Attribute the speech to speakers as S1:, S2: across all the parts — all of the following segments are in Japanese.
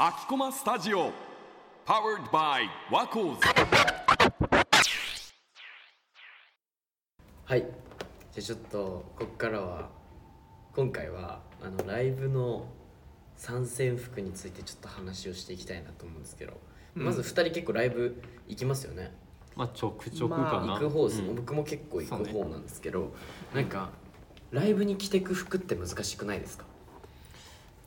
S1: アキコマスタジオ Powered by ワコーズ
S2: はいじゃあちょっとここからは今回はあのライブの参戦服についてちょっと話をしていきたいなと思うんですけど、まず2人結構ライブ行きますよね
S3: まあちょくちょくかな、
S2: 行く方です、
S3: うん
S2: 僕も結構行
S3: そう
S2: く
S3: ね
S2: 方なんですけど、なんかライブに着てく服って難しくないですか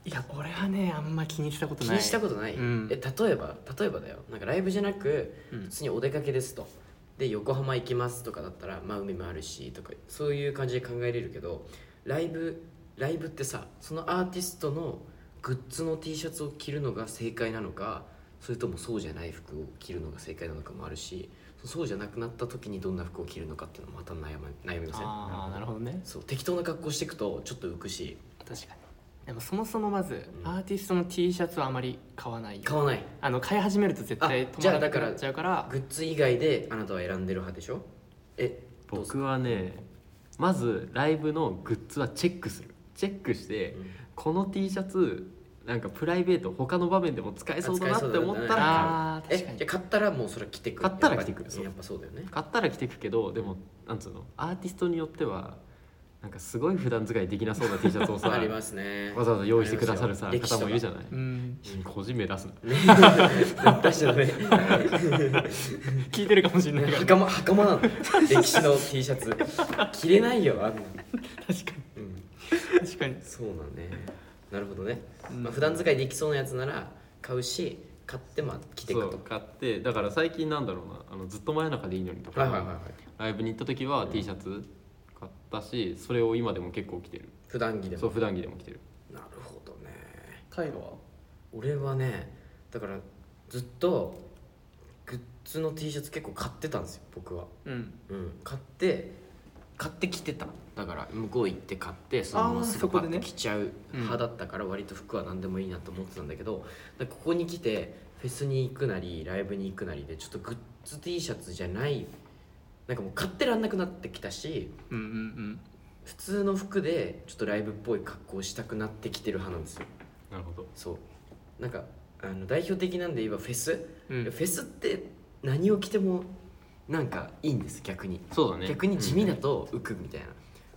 S3: いや俺はねあんま気にしたこと
S2: 気
S3: ない
S2: にしたことない、
S3: うん
S2: え例えば例えばだよなんかライブじゃなく普通にお出かけですと、で横浜行きますとかだったら、まあ、海もあるしとかそういう感じで考えれるけどライブライブってさそのアーティストのグッズの T シャツを着るのが正解なのかそれともそうじゃない服を着るのが正解なのかもあるしそうじゃなくなった時にどんな服を着るのかっていうのもまた悩ま悩みません
S3: ああなるほどね
S2: そう適当な格好していくとちょっと浮くし
S3: 確かにでもそもそもまず、
S2: うん
S3: アーティストの T シャツはあまり買わない
S2: 買わない
S3: あの買い始めると絶対
S2: あ
S3: 止まらなくなっち
S2: じ
S3: ゃうから
S2: グッズ以外であなたは選んでる派でしょえどうぞ
S4: 僕はねまずライブのグッズはチェックするチェックして、
S2: うん
S4: この T シャツなんかプライベート他の場面でも使えそうだなって思ったら買う
S3: ああ
S2: え
S3: 確
S2: じ
S3: か
S2: ゃ
S3: に
S2: あ買ったらもうそれは着てく
S4: 買ったら着てく
S2: やっぱ
S4: そう
S2: やっぱそうだよね
S4: 買ったら着てくけどでもなんつうのアーティストによってはなんかすごい普段使いできなそうな T シャツを さ
S2: ありますね
S4: わざわざ用意してくださるさ
S2: あります
S4: 方
S2: よ
S4: もいるじゃない
S3: うん
S4: 個人名出すな
S2: 歴史とか出しちゃダメ
S3: 聞いてるかもしれないから
S2: 袴袴なの歴史の T シャツ着れないよあんなの
S3: 確か
S2: うん
S3: に確かに
S2: そうだねなるほどね、
S3: うん
S2: まあ、普段使いできそうなやつなら買うし買ってまあ着て
S4: そ
S2: くと
S4: う買ってだから最近なんだろうなあのずっと真夜中でいいのにとか、
S2: はいはいはいはい
S4: ライブに行った時は T シャツ買ったしそれを今でも結構着てる
S2: 普段着で
S4: そう
S2: も
S4: 普段着でも着てる
S2: なるほどね
S3: 海外は
S2: 俺はねだからずっとグッズの T シャツ結構買ってたんですよ僕は、
S3: うん
S2: うん、買って買ってきてただから向こう行って買ってそのま
S3: あ
S2: ま
S3: ー
S2: す
S3: そ
S2: ぐ
S3: こ
S2: パ
S3: で
S2: ッ
S3: ね
S2: と着ちゃう派だったから割と服は何でもいいなと思ってたんだけど、だからここに来てフェスに行くなりライブに行くなりでちょっとグッズ T シャツじゃないなんかもう買ってらんなくなってきたし
S3: うんうんうん
S2: 普通の服でちょっとライブっぽい格好をしたくなってきてる派なんですよ
S4: なるほど
S2: そうなんかあの代表的なんで言えばフェス、
S3: うん
S2: フェスって何を着てもなんかいいんです逆に、
S4: そうだね
S2: 逆に地味だと浮くみたいな、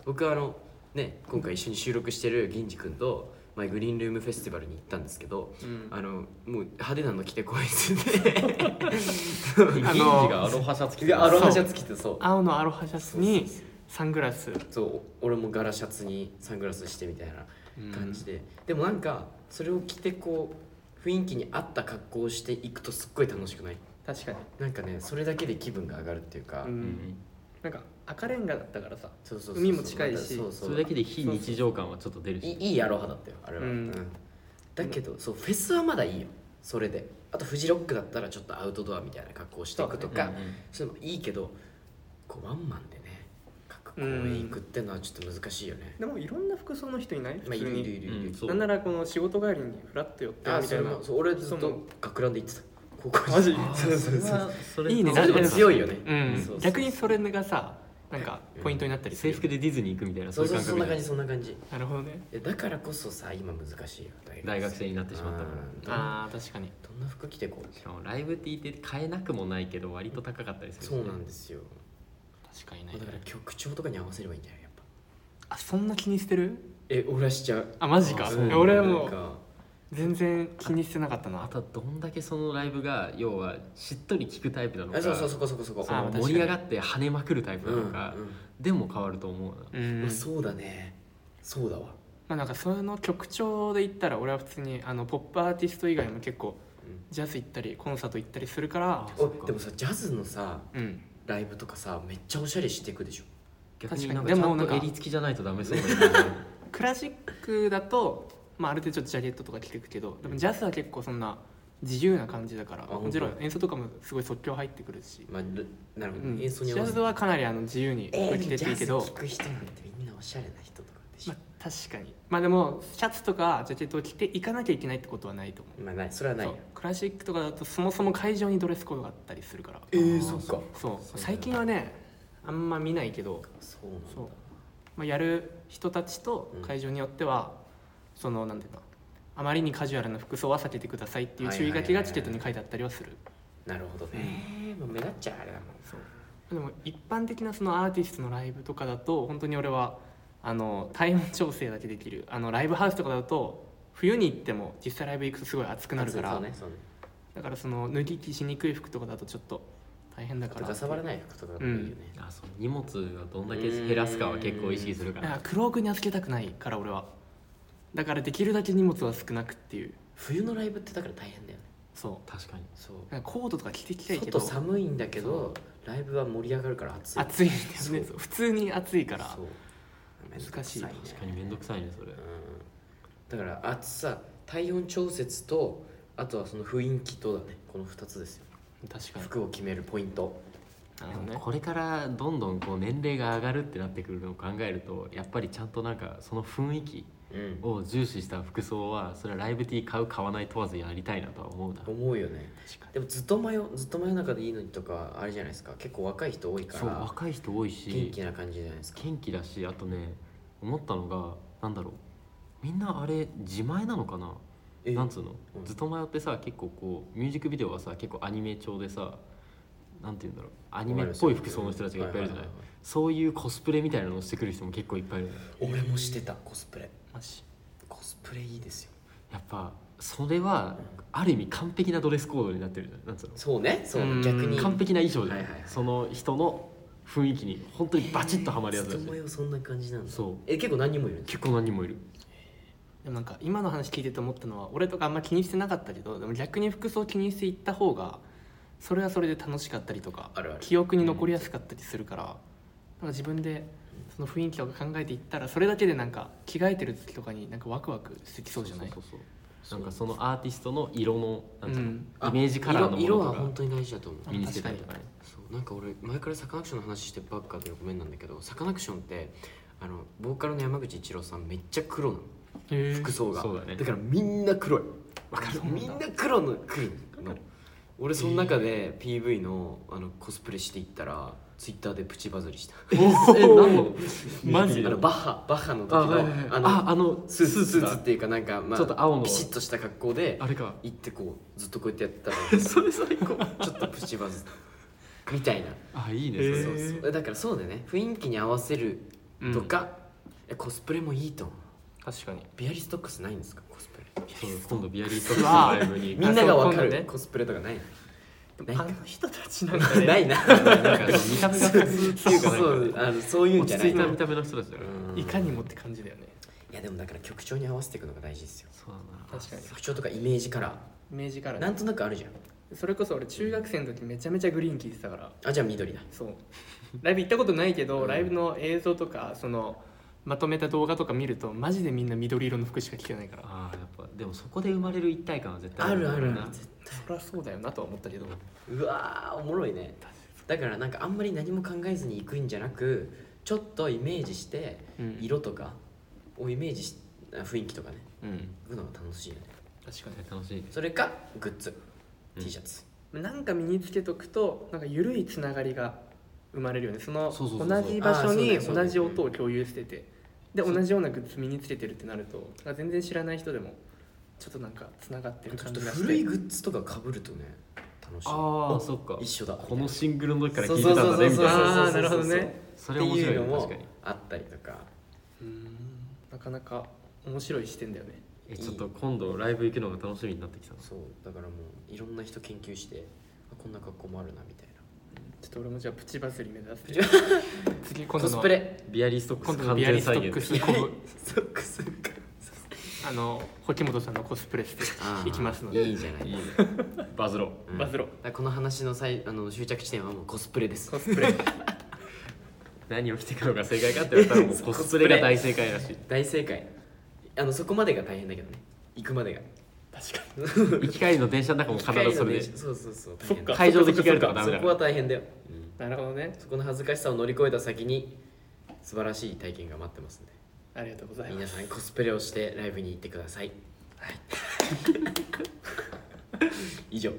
S2: 僕はあのね今回一緒に収録してる銀次君と前グリーンルームフェスティバルに行ったんですけど、
S3: うん
S2: あのもう派手なの着てこいっつって
S4: 銀
S3: あ
S4: 次
S3: の
S4: がアロハシャツ着て
S2: で
S4: る
S2: アロハシャツ着てそう
S3: 青のアロハシャツにサングラス
S2: そう俺も柄シャツにサングラスしてみたいな感じで、でもなんかそれを着てこう雰囲気に合った格好をしていくとすっごい楽しくない
S3: 確かに
S2: なんかねそれだけで気分が上がるっていうか、
S3: うん
S4: うん
S3: なんか赤レンガだったからさ
S2: そうそうそうそう
S3: 海も近いし
S2: そうそ
S4: そうれだけで非日常感はちょっと出る
S2: い
S4: し
S2: いいアロハだったよあれは、
S3: うん
S2: だけどそうフェスはまだいいよそれであとフジロックだったらちょっとアウトドアみたいな格好をしていくとか
S4: そうだね
S2: そう,、いうのもいいけどこうワンマンでね各公園行くってのはちょっと難しいよね、
S3: でもいろんな服装の人いない
S2: まあ
S3: 普
S2: いるい
S3: 通
S2: るい
S3: に
S2: るいる、
S4: うんそう
S3: なんならこの仕事帰りにフラッと寄って
S2: あ
S3: み
S2: そ
S3: た
S2: れ
S3: いな
S2: もそう俺ずっ
S3: 人も
S2: と学ランで行ってた高校
S3: マジ
S2: そうそうそう
S4: あそれはい
S3: いね
S4: そ
S2: で
S4: れ
S2: も強いよね、
S3: うん
S2: そうそう
S3: 逆にそれがさなんか
S2: うん
S3: ポイントになったりす
S4: 制
S3: る
S4: 服でディズニー行くみたいな
S2: そう
S4: いう
S2: そう
S4: 感
S2: そん
S4: 覚
S2: な感
S4: で
S2: じそんな感じ
S3: なるほどね
S2: えだからこそさ今難しいよ大
S4: 大学生になってしまったから
S2: あ
S3: あー確かに
S2: ーどんな服着てこう
S4: しかもライブって言って買えなくもないけど割と高かったりするし
S2: そうなんですよ
S3: 確かに
S2: だから曲調とかに合わせればいいんじゃないやっぱ
S3: あそんな気にしてる
S2: え俺はしちゃう
S3: あマジか
S4: そう
S3: いや俺は
S2: も
S3: もう全然気にしてなかったな
S4: あとはどんだけそのライブが要はしっとり聞くタイプなのか
S2: あそうそうそこそこそこ
S4: その
S3: あ確かに
S4: 盛り上がって跳ねまくるタイプ
S2: うん
S4: な
S2: う
S4: の
S2: ん
S4: か、でも変わると思うな、
S3: うん
S2: まあそうだねそうだわ
S3: まあなんかその曲調で言ったら俺は普通にあのポップアーティスト以外も結
S2: う
S3: 構
S2: ん
S3: ジャズ行ったりコンサート行ったりするから
S4: そ
S2: お
S4: っか
S2: でもさジャズのさ
S3: うん
S2: ライブとかさめっちゃおしゃれしてくでしょ
S4: 逆に
S3: 確か
S4: な
S3: に
S4: んかち
S3: でも
S4: ゃん
S3: なん
S4: と
S3: か
S4: 襟付きじゃないとダメそうだよね
S3: クラシックだと、まあ、ある程度ちょっとジャケットとか着てくけどでもジャズは結構そんな自由な感じだから
S2: あ
S3: もちろん演奏とかもすごい即興入ってくるし、
S2: まあルなるほ
S3: う
S2: ど
S3: ん、
S2: 演
S3: ジ
S2: 奏に合わ
S3: ャ
S2: せ
S3: ズ
S2: て
S3: はかなりあの自由に
S2: えー
S3: 服着て
S2: ジ
S3: てい
S2: ャ
S3: いけ
S2: ズ
S3: ど、
S2: 聞く人なんてみんなおしゃれな人とかでしょ
S3: まあ、確かにまあでもシャツとかジャケットを着ていかなきゃいけないってことはないと思う
S2: まあないそれはない
S3: そうクラシックとかだとそもそも会場にドレスコードがあったりするから
S2: えー
S4: あー
S2: そっか
S3: そう
S2: そうだ
S3: 最近はねあんま見ないけど、
S2: そうなんだ
S3: そうまあ、やる人たちと
S2: うん
S3: 会場によっては、そのなんていうかあまりにカジュアルな服装は避けてくださいっていう注意書きがチケットに書いてあったりはする、
S2: なるほどね、もう目立っちゃあれだもん
S3: でも一般的なそのアーティストのライブとかだと本当に俺はあの体温調整だけできるあのライブハウスとかだと冬に行っても実際ライブ行くとすごい暑くなるから、
S2: そうねそうね
S3: だからその脱ぎ着しにくい服とかだとちょっと大変だか
S2: と
S3: ら
S2: か触らない服とかだといいよね、
S4: あそう荷物がどんだけ減らすかは結構意識するか
S3: だ
S4: ら
S3: からクロークに預けたくないから俺はだからできるだけ荷物は少なくっていう
S2: 冬のライブってだから大変だよね
S3: そ
S4: 確かに
S2: そう
S3: うだからコートとか着てきたいけ
S2: 外
S3: ど
S2: 寒いんだけどライブは盛り上がるから暑い
S3: 暑いんだよね
S2: そ
S3: そう普通に暑いから
S2: そう
S3: 難しい
S2: めんどくさね
S4: 確かに面倒くさいねそれ
S2: だから暑さ体温調節とあとはその雰囲気とだねこの2つですよ
S3: 確かに
S2: 服を決めるポイント
S3: なる
S4: で
S3: ほど
S4: も
S3: ね
S4: これからどんどんこう年齢が上がるってなってくるのを考えるとやっぱりちゃんとなんかその雰囲気
S2: うん
S4: を重視した服装はそれはライブティー買う買わない問わずやりたいなとは思うな
S2: 思うよね
S3: 確か
S2: でもずっと真夜ずっと真夜中でいいのにとかあれじゃないですか結構若い人多いか
S4: そう
S2: ら
S4: 若い人多い
S2: 元
S4: し
S2: 気な感じじゃないですか
S4: 元気だしあとね思ったのがなんだろうみんなあれ自前なのかな
S2: え
S4: なんつうの、
S2: うん
S4: ずっと迷ってさ結構こうミュージックビデオはさ結構アニメ調でさなんて言うんだろうアニメっぽい服装の人たちがいっぱいいるじゃない
S2: はは
S4: そういうコスプレみたいなのをしてくる人も結構いっぱいいるのよ
S2: はいはい俺もしてたコスプレ
S3: マジ
S2: コスプレいいですよ
S4: やっぱそれはある意味完璧なドレスコードになってるじゃんなんつうの
S2: そうねそう
S3: うん
S2: 逆に
S4: 完璧な衣装じゃん、
S2: はいはいはい
S4: その人の雰囲気に本当にバチッとはまるやつだ
S2: ず
S4: し
S2: っと真夜そんな感じなんだ
S4: そう
S2: え結構何人もいるんです
S4: 結構何人もいる
S3: でもなんか今の話聞いてて思ったのは俺とかあんま気にしてなかったけどでも逆に服装気にしていった方がそれはそれで楽しかったりとか
S2: あるある
S3: 記憶に残りやすかったりするからなんか自分でその雰囲気を考えていったらそれだけでなんか着替えてる時とかになんかワクワクしてきそうじゃない
S4: そうそうそうなんかそのアーティストの色のなんていうの
S2: あ
S4: イメージカラーのも
S2: 色色
S4: のと
S2: は
S4: か
S2: 本当に大事だと思う
S4: 身につけたりとかね
S2: そうなんか俺前からサカナクションの話してばっかでごめんなんだけどサカナクションってあのボーカルの山口一郎さんめっちゃ黒なの
S3: へ
S2: 服装が、
S4: そうだね
S2: からみんな黒いわか
S3: そ
S2: る
S3: うなんだ
S2: みんな黒の黒いの俺その中で PV のあのコスプレしていったらツイッターでプチバズりした
S4: えなんの
S3: マジ
S2: あのバッハバッハの時
S4: あ
S2: のあ,、
S4: はいはいはい
S2: の
S4: ああの
S2: スーツス
S4: だ
S2: ーツっていうかなんか、まあ、
S4: ちょっと青の
S2: ピシッとした格好で
S4: あれか
S2: 行ってこうずっとこうやってやったら
S4: それ最高
S2: ちょっとプチバズったみたいな
S4: あいいね
S3: え
S4: そ
S3: ー
S4: れ、
S2: そうそうだからそうだよね雰囲気に合わせるとか、えコスプレもいいと思う
S3: 確かに
S2: ビアリストックスないんですかコスプレ
S4: そう今度ビアリストックスのライブに
S2: みんながわか
S3: そう今度
S2: る、
S3: ね
S2: コスプレとかないない
S3: あ
S2: か
S3: の人たちなんか ね
S2: ないな
S4: なんか見た目が普通っていうか
S2: そ
S4: なん
S2: う
S4: か
S2: あのそういうんじ
S4: 落
S2: ゃ
S4: ち
S2: ない
S4: 着いた見た目の人たちだから
S2: うん
S3: いかにもって感じだよね
S2: いやでもだから曲調に合わせていくのが大事ですよ
S4: そうだな
S3: 確かに
S2: 曲調とかイメージから
S3: イメージから
S2: なんとなくあるじゃん
S3: それこそ俺中学生の時めちゃめちゃグリーン聞いてたから
S2: あじゃあ緑だ
S3: そうライブ行ったことないけど、
S2: うん
S3: ライブの映像とかそのまとめた動画とか見るとマジでみんな緑色の服しか着てないから
S4: ああやっぱでもそこで生まれる一体感は絶対
S2: あるある
S4: な
S3: そりゃそうだよなとは思ったけど
S2: うわーおもろいねだからなんかあんまり何も考えずに行くんじゃなくちょっとイメージして
S3: うん
S2: 色とかをイメージしあ雰囲気とかね
S4: うん
S2: 行くのが楽しいよね
S3: 確か
S4: 絶対楽しいね
S2: それかグッズ、
S4: うん
S2: T シャツ
S3: になんか身につけとくとなんか緩いつながりが生まれるよねその
S4: そうそうそうそう
S3: 同じ場所に
S2: あーそうだよそ
S3: 同
S2: うだ
S3: じ
S2: よ
S3: 音を共有しててで同じようなグッズ身につけてるってなるとなんか全然知らない人でもちょっとなんかつながってる
S2: ちょっ
S3: 感
S2: と
S3: じがして
S2: 古いグッズとかかぶるとね楽しい
S4: ああそっか
S2: 一緒だ
S4: このシングルの時から
S2: そ
S4: 聞
S2: う
S4: い
S2: そ
S4: て
S2: う
S4: たんだね
S3: そ
S4: みたい
S3: うそう
S4: な
S3: あーなるほどね
S4: それは面白いね
S2: っていうのも
S4: 確かに
S2: あったりとか
S3: うんなかなか面白い視点だよね
S4: えちょっと今度ライブ行くのが楽しみになってきたな
S2: そうだからもういろんな人研究してあこんな格好もあるなみたいな
S3: ちょっと俺もじゃあプチバズり目指 して次今
S2: コ
S3: 度
S2: ス
S3: の
S2: プレ
S4: ビアリストック
S3: 今
S4: ス
S3: 度の
S4: 完
S3: ビアリス
S4: 全
S3: ト
S4: 再
S3: ック
S4: 現
S3: スコブ
S2: ソックスか
S3: あの堀本さんのコスプレしていきますので
S2: いいじゃない
S4: いいねバズろう
S2: うん
S3: バズろう
S2: だからこの話の最あの終着地点はもうコスプレです
S3: コスプレ
S4: 何を着てくのが正解かって言ったらもうコスプレが大正解らしい
S2: 大正解あのそこまでが大変だけどね行くまでが
S4: 確 かに行き帰りの電車の中も必ずそれで
S2: そうそうそう
S3: そっか
S2: 大
S4: 会場で着替えるとかダ
S2: 変だそ
S4: メだか
S2: こは
S4: ら
S2: 大変だよ
S3: なるほどね
S2: そこの恥ずかしさを乗り越えた先に素晴らしい体験が待ってますんで
S3: ありがとうございま
S2: 皆
S3: す
S2: さんコスプレを してライブに行ってください、はい、以上